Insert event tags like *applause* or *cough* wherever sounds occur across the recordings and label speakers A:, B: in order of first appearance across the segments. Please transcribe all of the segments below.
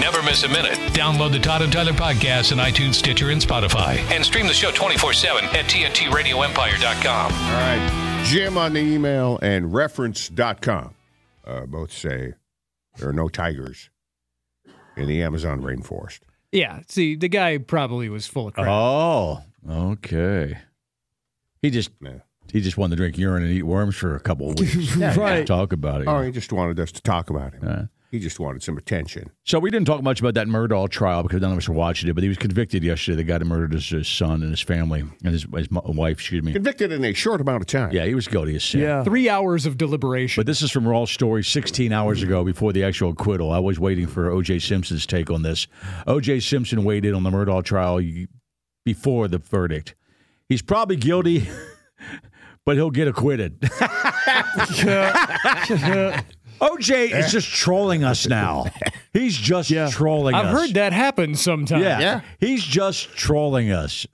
A: Never miss a minute. Download the Todd and Tyler podcast on iTunes, Stitcher, and Spotify. And stream the show 24 7 at TNTRadioEmpire.com.
B: All right. Jim on the email and reference.com uh, both say there are no tigers in the Amazon rainforest.
C: Yeah. See, the guy probably was full of crap.
D: Oh, okay. He just
B: No.
D: he just wanted to drink urine and eat worms for a couple
C: *laughs*
D: of weeks.
C: Right.
D: Talk about it.
B: Oh, he just wanted us to talk about him.
D: Uh.
B: He just wanted some attention.
D: So we didn't talk much about that Murdahl trial because none of us were watching it. But he was convicted yesterday. The guy that murdered his, his son and his family and his, his mo- wife. Excuse me.
B: Convicted in a short amount of time.
D: Yeah, he was guilty of sin.
C: Yeah. Three hours of deliberation.
D: But this is from Raw Story 16 hours ago before the actual acquittal. I was waiting for O.J. Simpson's take on this. O.J. Simpson weighed in on the Murdahl trial y- before the verdict. He's probably guilty, *laughs* but he'll get acquitted. *laughs* O.J. is just trolling us now. He's just trolling
C: I've
D: us.
C: heard that happen sometimes.
D: Yeah. He's just trolling us.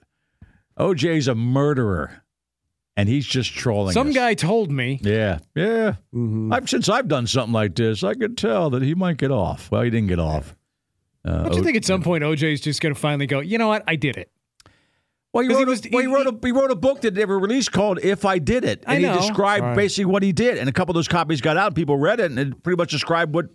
D: OJ's a murderer, and he's just trolling
C: Some
D: us.
C: guy told me.
D: Yeah, yeah. I've, since I've done something like this, I could tell that he might get off. Well, he didn't get off. Uh,
C: Don't you think at some point OJ's just going to finally go, you know what? I did it.
D: well, he
C: 'Cause he
D: wrote,
C: was-
D: a, well, he,
C: he-
D: wrote a, he wrote a book that they never released called "If I Did It,"
C: I
D: and he
C: know.
D: described
B: Right.
D: basically what he did. And a couple of those copies got out. and People read it, and it pretty much described what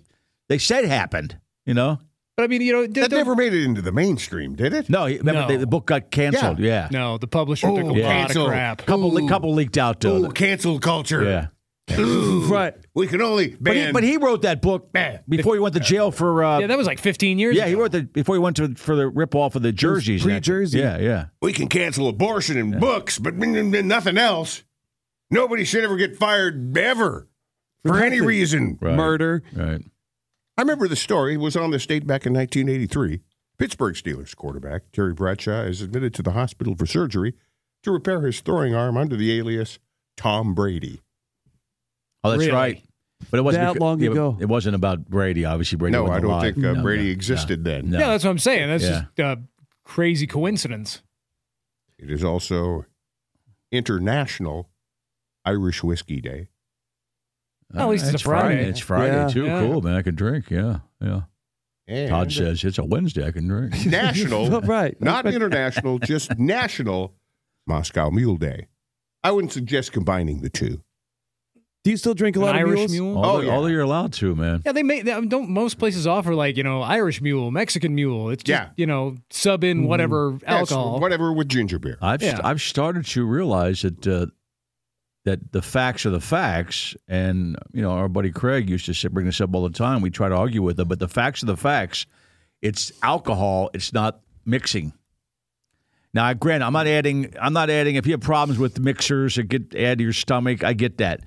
D: they said happened. You know?
C: But I mean, you know, d-
B: That
C: don't-
B: never made it into the mainstream, did it?
D: No, he, remember
C: No.
D: The, the book got canceled. Yeah,
C: No, the publisher took a
B: Ooh,
C: lot
B: cancel.
C: of crap.
D: couple
B: Ooh.
D: le- couple leaked out
B: Ooh,
D: though.
B: cancel culture.
D: Yeah.
B: right. We can only ban.
D: But he, but he wrote that book
B: Man.
D: before he went to jail for. Uh,
C: Yeah,
D: yeah,
C: that was like 15 years ago.
D: he wrote that before he went to for the rip off of the jerseys. and that-
E: pre-jersey.
D: Yeah, yeah.
B: we can cancel abortion and books, but n- n- n- nothing else. Nobody should ever get fired ever for any reason.
D: Right.
E: Murder.
D: Right.
B: I remember the story. It was on the state back in 1983. Pittsburgh Steelers quarterback Terry Bradshaw is admitted to the hospital for surgery to repair his throwing arm under the alias Tom Brady.
D: Oh, that's
C: Really?
D: right. But it wasn't
E: That long
D: yeah, but
E: ago.
D: It wasn't about Brady. Obviously, Brady.
B: no,
D: wasn't
B: I don't
D: alive.
B: think uh,
D: No,
B: Brady
D: no,
B: existed then.
D: No.
C: Yeah, that's what I'm saying. That's
D: Yeah.
C: just uh, crazy coincidence.
B: It is also International Irish Whiskey Day.
C: At least it's a Friday.
D: It's Friday
E: Yeah.
D: too.
C: Yeah.
D: Cool, man. I can drink. Yeah, yeah.
B: And uh,
D: Todd says it's a Wednesday. I can
B: *laughs*
D: drink. *laughs*
B: National
E: right.
B: not international, just national Moscow Mule Day. I wouldn't suggest combining the two.
E: Do you still drink a
C: An
E: lot of
C: Irish
E: mules?
C: mule.
D: All,
B: Oh,
D: that,
B: yeah.
D: all that you're allowed to, man.
C: Yeah, they make they- don't most places offer like you know Irish mule, Mexican mule. It's just
B: Yeah.
C: you know sub in whatever
B: Yes,
C: alcohol.
B: whatever with ginger beer.
D: I've
C: Yeah.
D: I've started to realize that uh, that the facts are the facts, and you know our buddy Craig used to sit, bring this up all the time. We try to argue with him, but the facts are the facts. It's alcohol. It's not mixing. Now, I grant I'm not adding. I'm not adding. If you have problems with mixers that get add to your stomach, I get that.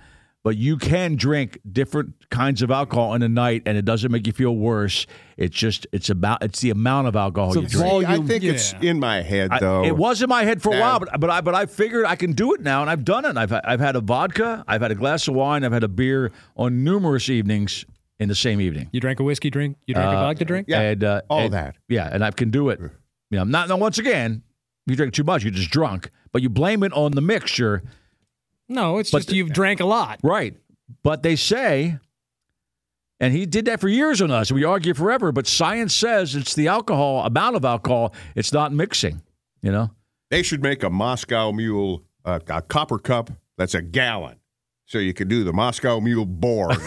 D: But you can drink different kinds of alcohol in a night, and it doesn't make you feel worse. It's just it's about it's the amount of alcohol
E: It's a
D: you
B: See,
D: drink.
B: I
E: volume,
B: think it's
C: yeah.
B: in my head
D: I-
B: though.
D: it was in my head for a
B: Yeah.
D: while, but but I but I figured I can do it now, and I've done it. I've I've had a vodka, I've had a glass of wine, I've had a beer on numerous evenings in the same evening.
C: You drank a whiskey drink. You drank a vodka drink.
B: Yeah,
D: and, uh,
B: all
D: and-
B: that.
D: Yeah, and I can do it. You know, not now. Once again, if you drink too much, you're just drunk. But you blame it on the mixture,
C: No, it's
D: But
C: just you've drank a lot.
D: right? But they say, and he did that for years on us. We argue forever, but science says it's the alcohol amount of alcohol. It's not mixing. You know.
B: They should make a Moscow Mule, uh, a copper cup that's a gallon, so you could do the Moscow Mule Borg,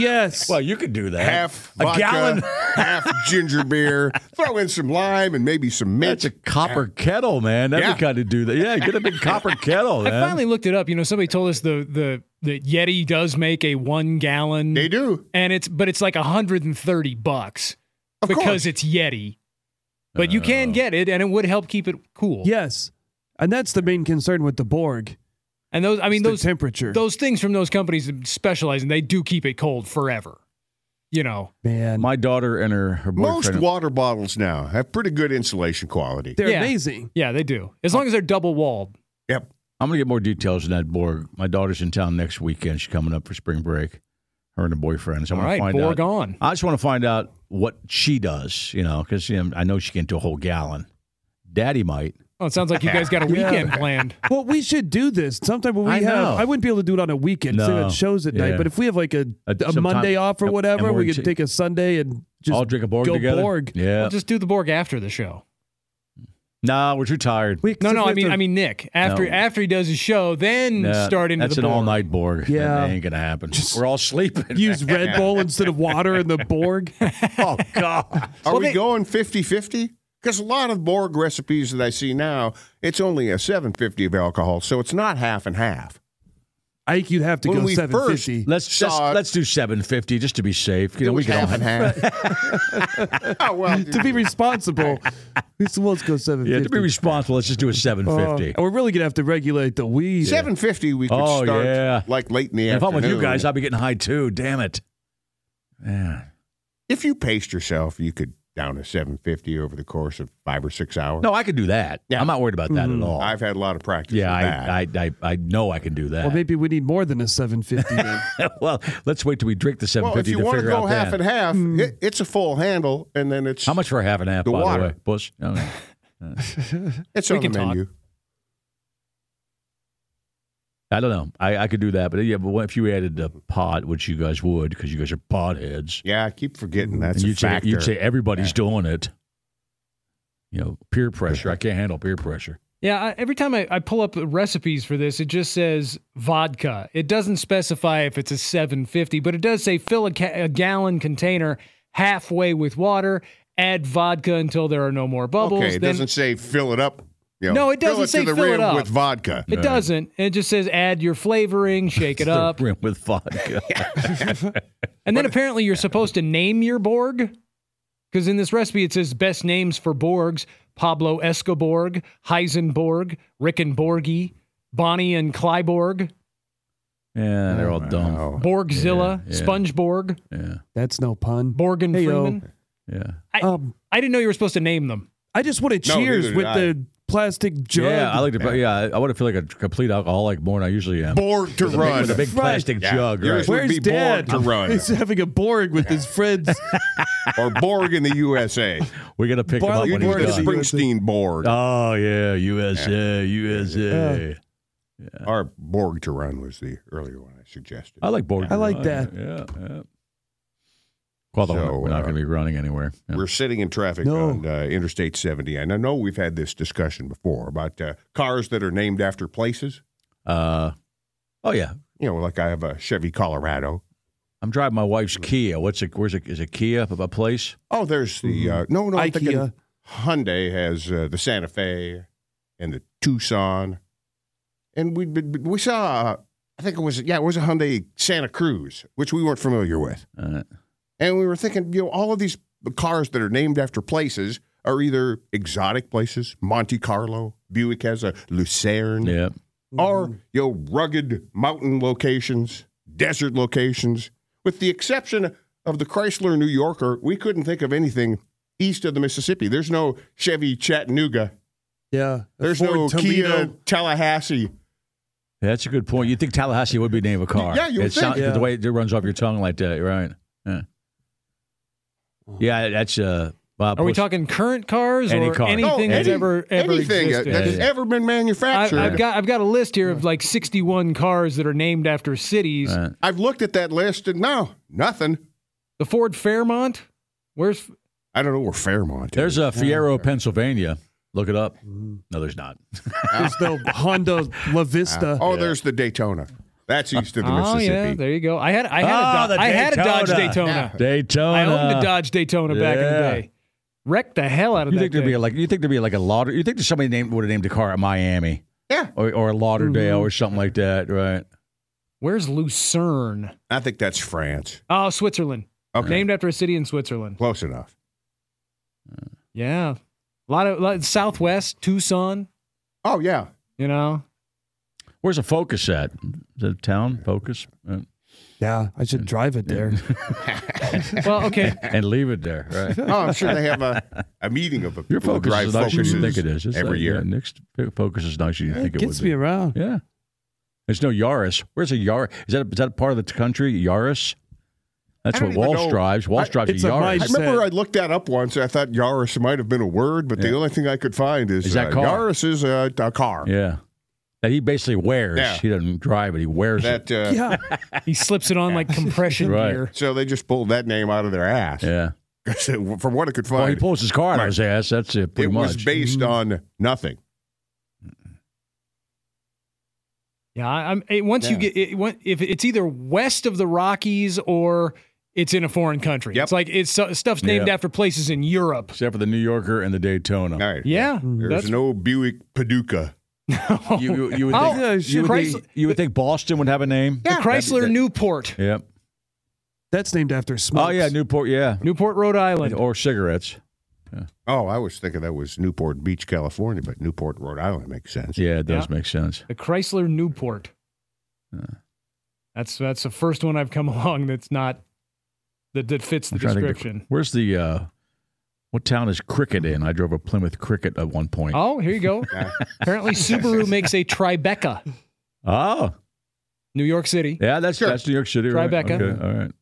E: yes.
D: Well, you could do that.
B: half
D: *laughs* a
B: vodka,
D: gallon.
B: *laughs* half ginger beer, throw in some lime and maybe some mint.
D: That's a copper kettle, man. That'd
B: Yeah.
D: be kind of do that. Yeah, get a big copper kettle,
C: I
D: man.
C: finally looked it up. You know, somebody told us the the the Yeti does make a one gallon.
B: they do.
C: and it's but it's like 130 bucks
B: Of
C: because
B: course.
C: it's Yeti. But you can get it, and it would help keep it cool.
E: Yes. And that's the main concern with the Borg.
C: and those I mean
E: It's the
C: those
E: temperature.
C: those things from those companies that specialize in they do keep it cold forever. You know,
E: man,
D: My daughter and her, her
B: Most
D: boyfriend.
B: water bottles now have pretty good insulation quality.
E: they're
C: Yeah.
E: amazing.
C: yeah, they do. As long as they're double walled,
B: Yep.
D: I'm going to get more details on that Borg. My daughter's in town next weekend. She's coming up for spring break. Her and her boyfriend. So
C: all
D: I'm going
C: right,
D: to find
C: Borg
D: out.
C: on.
D: I just want to find out what she does, you know, because you know, I know she can do a whole gallon. Daddy might.
C: Oh, it sounds like you guys got a
E: Yeah.
C: weekend planned.
E: Well, we should do this sometime when we
D: I
E: have.
D: know.
E: I wouldn't be able to do it on a weekend. No.
D: No.
E: at shows at
D: Yeah.
E: night, but if we have like a,
D: A-
E: a,
D: sometime-
E: Monday off or
D: Yep.
E: whatever,
D: And we're
E: we
D: t-
E: could take a Sunday and just
D: All drink a Borg
E: go
D: together.
E: Borg.
D: Yeah.
C: We'll just do the Borg after the show.
D: nah, we're too tired.
E: We-
C: No,
E: so
C: no,
E: we
C: I
E: have
C: mean,
E: to-
C: I mean Nick. After
D: No.
C: after he does his show, then
D: Nah,
C: start into
D: that's
C: the
D: an
C: Borg.
D: all night Borg.
E: Yeah.
D: That ain't gonna happen.
E: Just-
D: We're all sleeping.
E: use Red Bull instead of water in the Borg.
D: oh God.
B: Are
C: Well,
B: we
C: they-
B: going 50 50? Because a lot of Borg recipes that I see now, it's only a 750 of alcohol, so it's not half and half.
E: I think you'd have to
B: When
E: go
B: we first-
E: seven fifty.
D: Let's let's,
B: Saw it.
D: let's do seven fifty just to be safe. You
B: It
D: know, we
B: was
D: can all
B: half and half. *laughs* oh,
D: *laughs*
B: well,
E: to be responsible, we still let's go seven
D: Yeah,
E: fifty.
D: to
E: Oh,
D: be responsible, let's just do a seven fifty.
B: Oh.
E: and we're really gonna have to regulate the weed.
B: 750 we could
D: Oh,
B: start
D: yeah.
B: like late in the
D: if I'm
B: afternoon.
D: with you guys, I'll be getting high too. Damn it. Yeah.
B: if you paced yourself, you could down a 750 over the course of five or six hours.
D: No, I could do that.
B: Yeah.
D: I'm not worried about that at all.
B: I've had a lot of practice.
D: yeah,
B: with that.
D: I, I, I, I know I can do that.
E: Well, maybe we need more than a seven fifty. then.
D: *laughs* well, let's wait till we drink the
B: well, if
D: 750
B: you want
D: to
B: to
D: figure
B: go
D: out
B: half
D: that. Hmm.
B: and half, it, it's a full handle, and then it's
D: How much for a half and half,
B: The
D: by
B: water.
D: the way? Bush? I don't
B: *laughs*
D: know.
B: It's
C: We
B: on
C: can
B: the
C: talk.
B: menu.
D: I don't know. I, I could do that. But yeah, but what if you added the pot, which you guys would because you guys are pot heads,
B: Yeah, I keep forgetting Mm, that's
D: Hmm. and
B: a
D: you'd say,
B: factor.
D: you'd say everybody's doing it. You know, peer pressure. I can't handle peer pressure.
C: Yeah, I, every time I, I pull up the recipes for this, it just says vodka. It doesn't specify if it's a 750, but it does say fill a, ca- a gallon container halfway with water, add vodka until there are no more bubbles.
B: okay, it
C: then-
B: doesn't say fill it up. You know,
C: No, it doesn't
B: fill
C: say
B: to the
C: fill it
B: rim
C: up.
B: with vodka.
C: It doesn't. It just says add your flavoring,
D: *laughs*
C: shake it
D: The
C: up.
D: rim with
B: *laughs*
D: vodka. *laughs*
C: And then apparently you're supposed to name your Borg. Because in this recipe, it says best names for Borgs Pablo Escoborg, Heisenborg, Rickenborgi, Bonnie and Clyborg,
D: yeah, they're all dumb.
B: Wow.
C: Borgzilla,
D: Yeah, yeah.
C: SpongeBorg,
D: Yeah,
E: That's no pun.
C: Borgen
E: Hey, yo.
C: Freeman.
D: yeah.
C: I,
E: Um,
C: I didn't know you were supposed to name them.
E: I just want to
B: No, neither
E: cheers
B: did
E: with
B: I.
E: the plastic jug.
D: Yeah, I like to. Yeah, I, I want to feel like a complete alcoholic more than I usually am.
B: Bored to run.
D: With a big
E: Right.
D: plastic
B: Yeah.
D: jug.
B: Yours
D: Right.
B: would
E: Where's
B: be
E: Dad?
B: Borg to run.
E: *laughs* He's having a Borg with his
D: *laughs*
E: friends.
B: or Borg in the USA.
D: We're gonna pick him up
E: Barley
D: when
B: You'd wear
D: he's
B: the
E: Borg is
D: done.
E: pretty-
B: Springsteen Borg.
D: Oh yeah, USA, USA.
B: Our Borg to run was the earlier one I suggested.
D: I like Borg.
E: I like that.
D: Yeah, yeah. Well,
B: So,
D: we're not
B: uh,
D: going to be running anywhere. Yeah.
B: We're sitting in traffic
E: No.
B: on uh, Interstate 70, and I know we've had this discussion before about uh, cars that are named after places.
D: Uh, oh yeah,
B: You know, like I have a Chevy Colorado.
D: I'm driving my wife's Kia. What's it? Where's it? Is it Kia? Of a place?
B: Oh, there's the uh, no, no. I'm thinking
E: IKEA.
B: Hyundai has uh, the Santa Fe and the Tucson, and we we saw. uh, I think it was yeah, it was a Hyundai Santa Cruz, which we weren't familiar with.
D: Uh,
B: And we were thinking, you know, all of these cars that are named after places are either exotic places, Monte Carlo, Buick has a Lucerne,
D: yeah.
C: Mm-hmm.
B: or, you know, rugged mountain locations, desert locations. With the exception of the Chrysler New Yorker, we couldn't think of anything east of the Mississippi. There's no Chevy Chattanooga.
E: yeah, a
B: There's
E: Ford
B: no Kia
E: Toledo.
D: *laughs*
B: Tallahassee.
D: That's a good point. You think Tallahassee would be the name of a car?
B: Yeah, you would
D: It sound-
E: think.
D: The way it runs off your tongue like that, right? Yeah. Yeah, that's uh. Bob
C: Are we
D: Bush-
C: talking current cars
D: Any
C: or
D: car.
B: No,
C: anything that's
B: any-
C: ever ever
B: anything
C: existed?
B: that has
D: Yeah.
B: ever been
C: I,
B: manufactured.
C: I've got I've got a list here of like 61 cars that are named after cities.
D: Right.
B: I've looked at that list and no, nothing.
C: The Ford Fairmont. Where's
B: I don't know where Fairmont is.
D: There's a Fierro, Pennsylvania. Look it up. No, there's not.
E: There's no Honda La Vista.
B: Oh, there's Oh, the Daytona. That's east of the
C: Oh yeah,
B: Mississippi.
C: there you go. I had I had
D: Ah,
C: a Do-
D: the
C: I had a Dodge
D: Daytona.
C: Daytona.
D: *laughs* Daytona.
C: I owned a Dodge Daytona back in
D: Yeah.
C: the day. Wrecked the hell out of
D: You
C: that
D: think there'd
C: thing.
D: be like you think there'd be like a lauder? You think there's somebody named would have named a car at Miami?
B: Yeah.
D: or, or Lauderdale
C: Mm-hmm.
D: or something like that, right?
C: Where's Lucerne?
B: I think that's France.
C: Oh, Switzerland.
B: Okay.
C: Named after a city in Switzerland.
B: Close enough.
C: Yeah. A lot of lot, Southwest, Tucson,
B: Oh, yeah.
C: you know.
D: Where's a Focus at? The town Focus, Uh,
E: Yeah, I should drive it there.
C: Well, okay.
D: *laughs* and leave it there, right?
B: *laughs* Oh, I'm sure they have a, a meeting of a
D: Your
B: people who
D: Focus
B: drive
D: is nicer than you
B: Focuses
D: think it is. It's
B: every
D: like,
B: year.
D: yeah, next Focus is nicer than you think
E: It
D: it,
E: gets
D: would
E: me
D: be.
E: around.
D: Yeah, there's no Yaris. Where's a Yaris? Is that is that part of the country? Yaris. That's
B: I don't
D: what
B: even
D: Walsh
B: know.
D: drives. Walsh
B: I-
D: drives
E: it's
D: a
E: a
D: Yaris.
E: mighty-
B: I remember
E: said-
B: I looked that up once. I thought Yaris might have been a word, but
D: Yeah.
B: the only thing I could find is,
D: Is that
B: uh,
D: car?
B: Yaris is a, a car.
D: yeah, that he basically wears.
B: Yeah.
D: He doesn't drive it. He wears it.
B: That uh,
E: Yeah.
C: He slips it on like compression
D: Right.
C: gear.
B: so they just pulled that name out of their ass. *laughs*
D: Yeah.
B: From what I could
D: Well, he
B: find,
D: pulls his car out
B: Right.
D: of his ass. That's it. Pretty
B: it
D: much. Mm-hmm.
B: was based on nothing.
C: Yeah, I- I'm it, once you
B: Yeah.
C: get it, when- if it's either west of the Rockies or it's in a foreign country.
B: Yep.
C: It's like it's stuff's named
D: Yeah.
C: after places in Europe.
D: except for the New Yorker and the Daytona.
B: All right.
C: Yeah.
B: There's
C: that's-
B: no Buick Paducah.
D: You, you, you would
C: Oh,
D: think,
E: yeah,
D: you, would
C: Chrysler-
D: think, you would think Boston would have a name.
C: The Chrysler
D: That'd be-
C: Newport,
D: Yep.
E: That's named after Smokes.
D: Oh yeah, Newport. Yeah,
C: Newport, Rhode Island.
D: or cigarettes.
B: Oh, I was thinking that was Newport Beach, California, but Newport, Rhode Island makes sense.
D: Yeah, it does
C: Yeah.
D: make sense.
C: The Chrysler Newport. That's that's the first one I've come *laughs* along that's not that, that fits the
D: I'm trying to think of-
C: description.
D: where's the uh, what town is Cricket in? I drove a Plymouth Cricket at one point.
C: Oh, here you
D: *laughs*
C: go. Apparently Subaru makes a Tribeca,
D: Oh,
C: New York City.
D: yeah, that's
B: Sure.
D: that's New York City. Right?
C: Tribeca.
D: Okay, all right.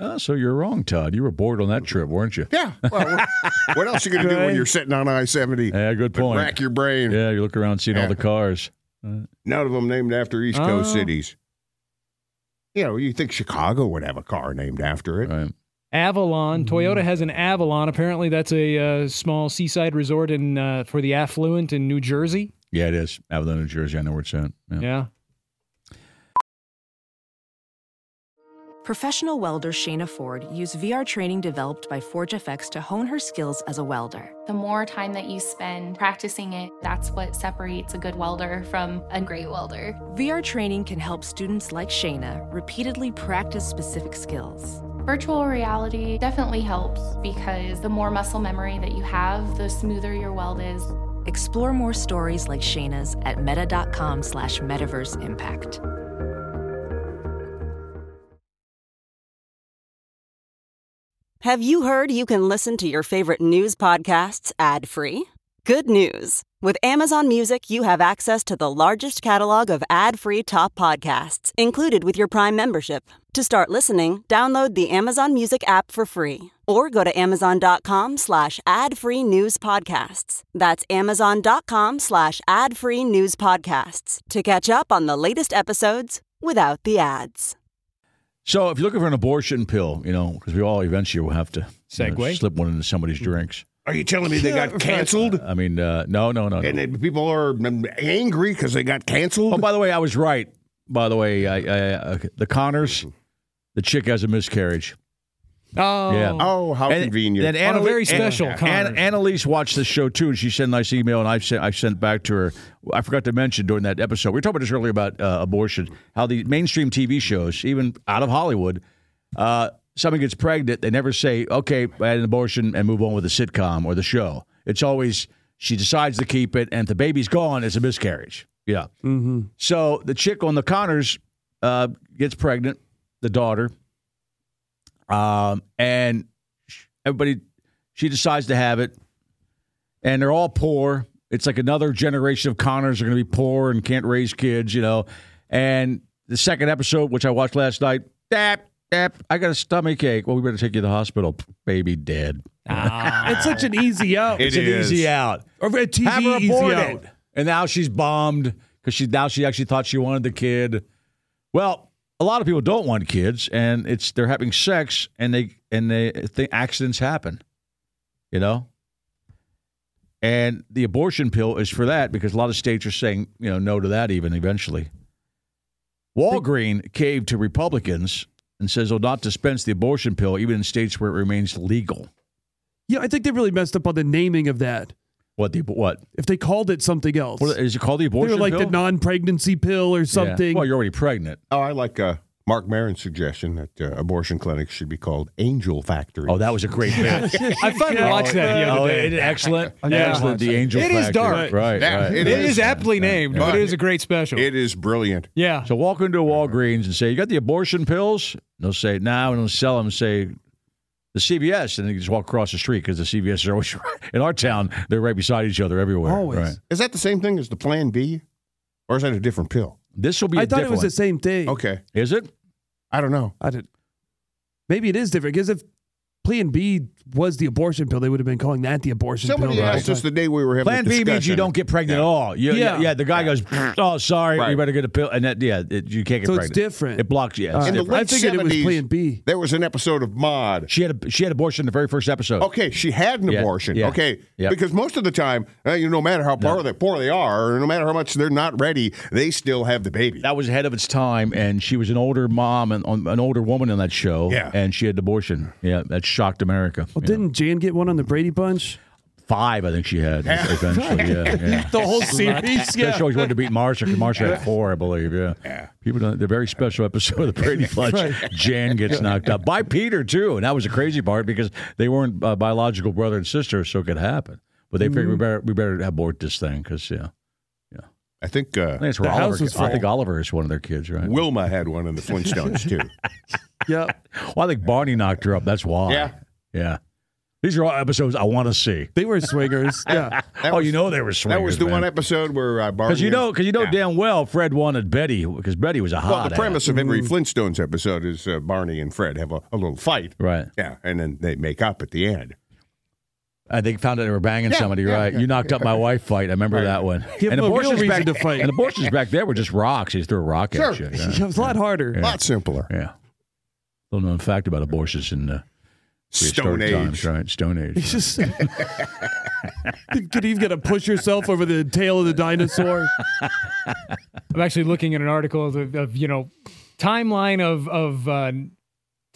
D: Oh, so you're wrong, Todd. You were bored on that trip, weren't you?
B: Yeah. Well, what else you going to do when you're sitting on I 70?
D: Yeah, good point.
B: Rack your brain.
D: yeah, you look around, seeing
B: Yeah.
D: all the cars.
B: None of them named after East Coast
C: Oh.
B: cities. You know, you think Chicago would have a car named after it.
D: Right.
C: Avalon.
D: Mm-hmm.
C: Toyota has an Avalon. Apparently that's a uh, small seaside resort in uh, for the affluent in New Jersey.
D: Yeah, it is. Avalon, New Jersey. I know where it's at. Yeah.
C: Yeah.
F: Professional welder Shayna Ford used VR training developed by ForgeFX to hone her skills as a welder.
G: The more time that you spend practicing it, that's what separates a good welder from a great welder.
F: VR training can help students like Shayna repeatedly practice specific skills.
G: Virtual reality definitely helps because the more muscle memory that you have, the smoother your weld is.
F: Explore more stories like Shayna's at meta.com slash metaverse impact.
H: Have you heard you can listen to your favorite news podcasts ad free? Good news! With Amazon Music, you have access to the largest catalog of ad free top podcasts included with your Prime membership. To start listening, download the Amazon Music app for free or go to amazon.com slash ad free news podcasts. That's amazon.com slash ad free news podcasts to catch up on the latest episodes without the ads.
D: So if you're looking for an abortion pill, you know, because we all eventually will have to you know,
C: Segue.
D: slip one into somebody's drinks.
B: Are you telling me they got canceled?
D: I mean, uh, no, no, no. no.
B: And then people are mm, angry because they got canceled?
D: Oh, by the way, I was right. By the way, I, I, uh, the Connors, the chick has a miscarriage.
C: Oh.
D: Yeah.
B: oh, how
D: And-
B: convenient.
D: then
C: On a
D: Annalise-
C: very special
D: An-
C: Connors.
D: An- Annalise watched the show too, and she sent a nice email, and I sent I sent back to her. I forgot to mention during that episode we were talking about this earlier about uh, abortion, how the mainstream TV shows, even out of Hollywood, uh, someone gets pregnant, they never say, "Okay, I had an abortion," and move on with the sitcom or the show. It's always she decides to keep it, and if the baby's gone, it's a miscarriage. Yeah.
E: Mm-hmm.
D: So the chick on the Connors uh, gets pregnant, the daughter, um, and sh- everybody she decides to have it, and they're all poor. It's like another generation of Connors are going to be poor and can't raise kids, you know. And the second episode, which I watched last night, dap dap, I got a stomach ache. Well, we better take you to the hospital. Baby dead.
E: It's such an
D: *laughs*
E: easy out.
B: It
D: it's
B: is.
D: an easy out.
E: Or a TV
D: Have her
E: easy
D: aborted.
E: out.
D: And now she's bombed because she now she actually thought she wanted the kid. Well, a lot of people don't want kids, and it's they're having sex, and they and they think accidents happen, you know. And the abortion pill is for that because a lot of states are saying you know no to that even eventually. Walgreen caved to Republicans and says will not dispense the abortion pill even in states where it remains legal.
E: Yeah, I think they really messed up on the naming of that.
D: What the what?
E: If they called it something else,
D: What is it called? The
E: they
D: abortion
E: were like
D: pill?
E: the non-pregnancy pill or
D: Yeah.
E: something.
D: Well, you're already pregnant.
B: Oh, I like uh, Mark Marin's suggestion that uh, abortion clinics should be called angel factories.
D: Oh, that was
C: *laughs*
D: a great bit.
C: I finally watched that the
D: Oh,
C: other
D: it-
C: day.
D: excellent.
C: Yeah.
D: Excellent. The angel.
C: It is
D: factor.
C: dark.
D: Right.
B: Yeah,
D: right.
B: it
C: It is
B: Yeah.
C: aptly named, but it is a great special.
B: It is brilliant.
C: yeah.
D: So walk into a Walgreens and say, "You got the abortion pills?" And they'll say, "No, nah, we don't sell them." Say, "The CVS," and then you just walk across the street because the CVS are always *laughs* in our town. They're right beside each other everywhere.
E: Always.
D: Right.
B: Is that the same thing as the Plan B, or is that a different pill?
D: This will be. a
E: I thought it
D: different
E: was the same thing.
B: Okay,
D: one. Is it?
B: I don't know.
E: I didn't. Maybe it is different because if Plan B was the abortion pill, they would have been calling that the abortion
B: Somebody
E: pill. the whole
B: asked us
E: time.
B: the day we were having a
D: Plan B means you
B: discussion.
D: don't get pregnant
B: Yeah.
D: at all. You- yeah.
E: Yeah.
D: yeah, The guy goes, "Oh, sorry,
B: Right.
D: you better get a pill," and that yeah, it, you can't get
E: So it's
D: pregnant.
E: different.
D: It blocks. Yeah.
E: All
D: it's
E: right.
B: In the
D: different.
B: late
E: I figured it was
B: 70s,
E: Plan B.
B: There was an episode of Mod.
D: She had a, she had abortion in the very first episode.
B: Okay, she had an
D: Yeah,
B: abortion.
D: yeah,
B: okay,
D: yeah.
B: because most of the time, uh, you no matter how poor they poor they are, or no matter how much they're not ready, they still have the baby.
D: that was ahead of its time, and she was an older mom and um, an older woman on that show.
B: Yeah.
D: and she had an abortion. Yeah, that shocked America.
E: Well,
D: Yeah.
E: didn't Jan get one on the Brady Bunch?
D: Five, I think she had eventually. Yeah, yeah.
E: The whole *laughs* series.
D: Yeah. She always wanted to beat Marsha. 'cause Marsha had four, I believe. Yeah, people. Don't, the very special episode of the Brady Bunch. Jan gets knocked up by Peter too, and that was the crazy part because they weren't uh, biological brother and sister, so it could happen. But they figured we better we better abort this thing because yeah,
B: I think
D: I think
B: uh,
D: it's where
E: The house
D: Oliver.
E: was
D: I
E: full.
D: think Oliver is one of their kids, right?
B: Wilma had one in the Flintstones
D: *laughs*
B: too.
E: Yep.
D: Well, I think Barney knocked her up. That's why.
B: Yeah.
D: Yeah. These are all episodes I want to see.
E: They
B: *laughs*
E: were swingers. Yeah.
B: That
D: oh,
B: was-
D: you know they were swingers.
B: that was the one
D: man.
B: episode where uh, Barney.
D: because you know because you know
B: Yeah.
D: damn well Fred wanted Betty because Betty was a hot.
B: Well, the
D: ass.
B: premise of every Flintstones episode is uh, Barney and Fred have a, a little fight.
D: Right.
B: Yeah, and then they make up at the end.
D: I think found out they were banging
B: Yeah,
D: somebody.
B: yeah,
D: right.
B: yeah.
D: you knocked up my wife. Fight. I remember that one.
E: Give them a real reason
D: back
E: to fight.
D: And abortions back there were just rocks. He just threw a rock at you.
B: Sure.
D: Yeah.
E: It was a lot harder.
B: A lot simpler.
D: yeah. Little known fact about abortions in uh,
B: Stone
D: prehistoric
B: Age.
D: times, right? Stone
B: *laughs*
D: Age.
E: It's just. *laughs* Could you even to push yourself over the tail of the dinosaur?
C: I'm actually looking at an article of, of you know timeline of of uh,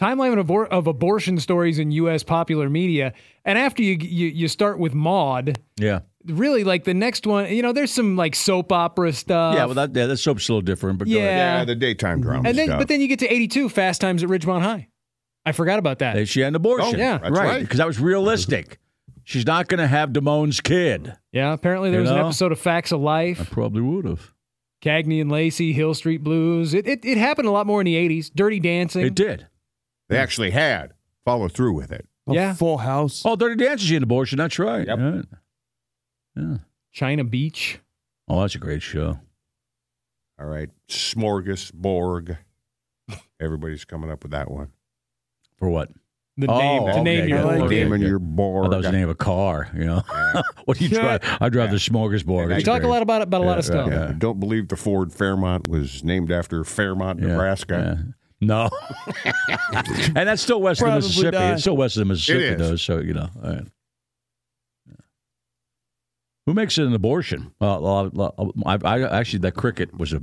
C: timeline of, abor- of abortion stories in U.S. popular media, and after you you, you start with Maud,
D: Yeah.
C: really like the next one. You know, there's some like soap opera stuff.
D: yeah. Well, that yeah, that soap's a little different. But go
C: Yeah.
D: ahead.
B: Yeah, the daytime
D: Mm-hmm.
B: drama
C: and then
B: stuff.
C: but then you get to 82 Fast Times at Ridgemont High. I forgot about that.
D: That Uh, she had an abortion.
B: Oh,
C: yeah.
B: That's
D: right.
B: right.
D: Because that was realistic. She's not going to have Damone's kid.
C: yeah, apparently there
D: You
C: was an
D: know?
C: episode of Facts of Life.
D: probably would have.
C: Cagney and Lacey, Hill Street Blues. It, it, it happened a lot more in the 80s. Dirty Dancing.
D: It did.
B: they actually had follow through with it.
E: A
C: Yeah.
E: Full house.
D: Oh, Dirty Dancing, she had an abortion. That's right.
B: Yep.
D: Right. Yeah.
C: China Beach.
D: Oh, that's a great show.
B: All right, smorgasbord. Everybody's coming up with that one.
D: For what?
C: The
D: Oh,
C: name, to
D: okay,
C: name your
D: yeah,
C: own
D: okay.
C: kid.
B: Demon,
D: yeah.
B: your
D: Oh,
B: borg.
D: that was the name of a car. You know, *laughs* what do you
C: Yeah.
D: drive? I drive the smorgasbord.
B: Yeah.
C: We
D: It's
C: talk a
D: great.
C: lot about about a lot
D: Yeah,
C: of stuff.
D: right,
B: Yeah, I Don't believe the Ford Fairmont was named after Fairmont,
D: Yeah.
B: Nebraska.
D: Yeah. No, *laughs* and that's still west of
E: Probably
D: the Mississippi.
E: not.
D: It's still west of the Mississippi,
B: is.
D: though. So you know, all right. who makes it an abortion? Well, a lot- a lot- I, I actually that cricket was a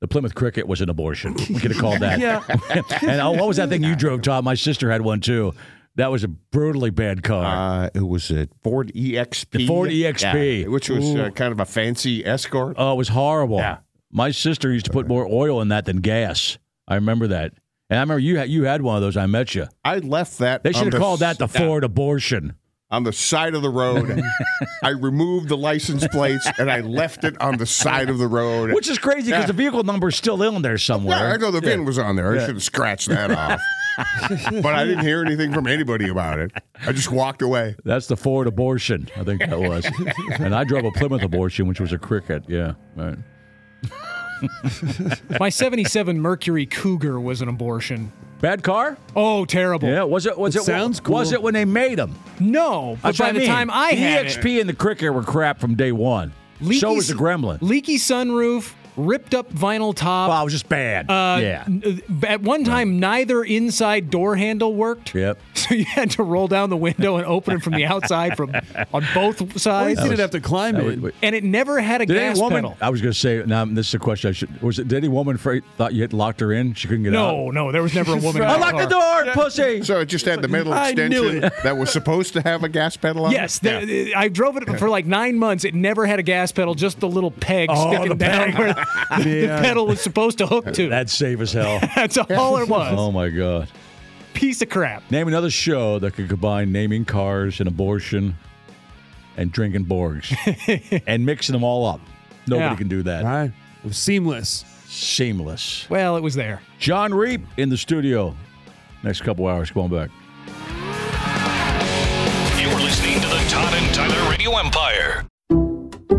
D: the Plymouth cricket was an abortion. We could have
B: *laughs*
D: called that.
E: Yeah.
D: *laughs* and oh, what was that thing you drove, Tom? My sister had one too. That was a brutally bad car.
B: Uh, it was a Ford EXP.
D: The Ford E EXP.
B: Yeah, which was uh, kind of a fancy escort.
D: oh, it was horrible.
B: Yeah.
D: My sister used to put more oil in that than gas. I remember that. And I remember you had you had one of those. I met you.
B: I left that.
D: They
B: on
D: should
C: Um,
D: have
B: the
D: called that the
B: s-
D: Ford abortion.
B: on the side of the
D: *laughs*
B: road. I removed the license plates and I left it on the side of the road.
D: Which is crazy because the vehicle number is still in there somewhere.
B: yeah, I know the VIN was on there. I should have scratched that off.
E: *laughs*
B: but I didn't hear anything from anybody about it. I just walked away.
D: That's the Ford abortion, I think
C: *laughs*
D: that was. and I drove a Plymouth abortion, which was a cricket. Yeah. Right.
C: My 77 Mercury Cougar was an abortion.
D: Bad car?
C: Oh, terrible.
D: Yeah. Was it? Was it?
E: sounds cool.
D: Was it when they made them?
C: No, but
D: That's what
C: by the
D: mean. E
C: time I
D: the
C: had
D: EXP and the cricket were crap from day one.
C: it, leaky
D: so was
C: s-
D: the Gremlin.
C: Leaky sunroof, ripped up vinyl top.
D: Wow, it was just bad.
C: Uh,
D: yeah.
C: n- At one time, neither inside door handle worked.
D: Yep.
C: *laughs* So you had to roll down the window and open it from the outside from on both
E: At
C: sides.
E: least he didn't have to climb
D: That
E: it.
D: would- wait.
C: and it never had a
D: Did
C: gas
D: any woman?
C: pedal.
D: I was going to say. Now this is a question. I should. Was it? Did any woman afraid, thought you had locked her in? She couldn't get
C: No,
D: out.
C: no, there was never a
D: *laughs*
C: woman. in that
D: Unlock the
C: car.
D: door, pussy.
B: So it just had the metal
E: I knew
B: extension
E: it.
B: that was supposed to have a gas pedal on it?
C: Yes, the, I drove it for like nine months. It never had a gas pedal, just the little peg
D: Oh,
C: sticking
D: the
C: down
D: peg. *laughs*
C: where the, the
E: Yeah.
C: pedal was supposed to hook to.
D: That's safe as hell.
C: That's all *laughs* it was.
D: oh my god.
C: Piece of crap.
D: Name another show that could combine naming cars and abortion and drinking
C: *laughs*
D: Borgs and mixing them all up. Nobody
C: Yeah.
D: can do that.
E: All right. It was seamless.
D: Shameless.
C: Well, it was there.
D: John Reap in the studio. Next couple hours, come on back.
A: You're listening to the Todd and Tyler Radio Empire.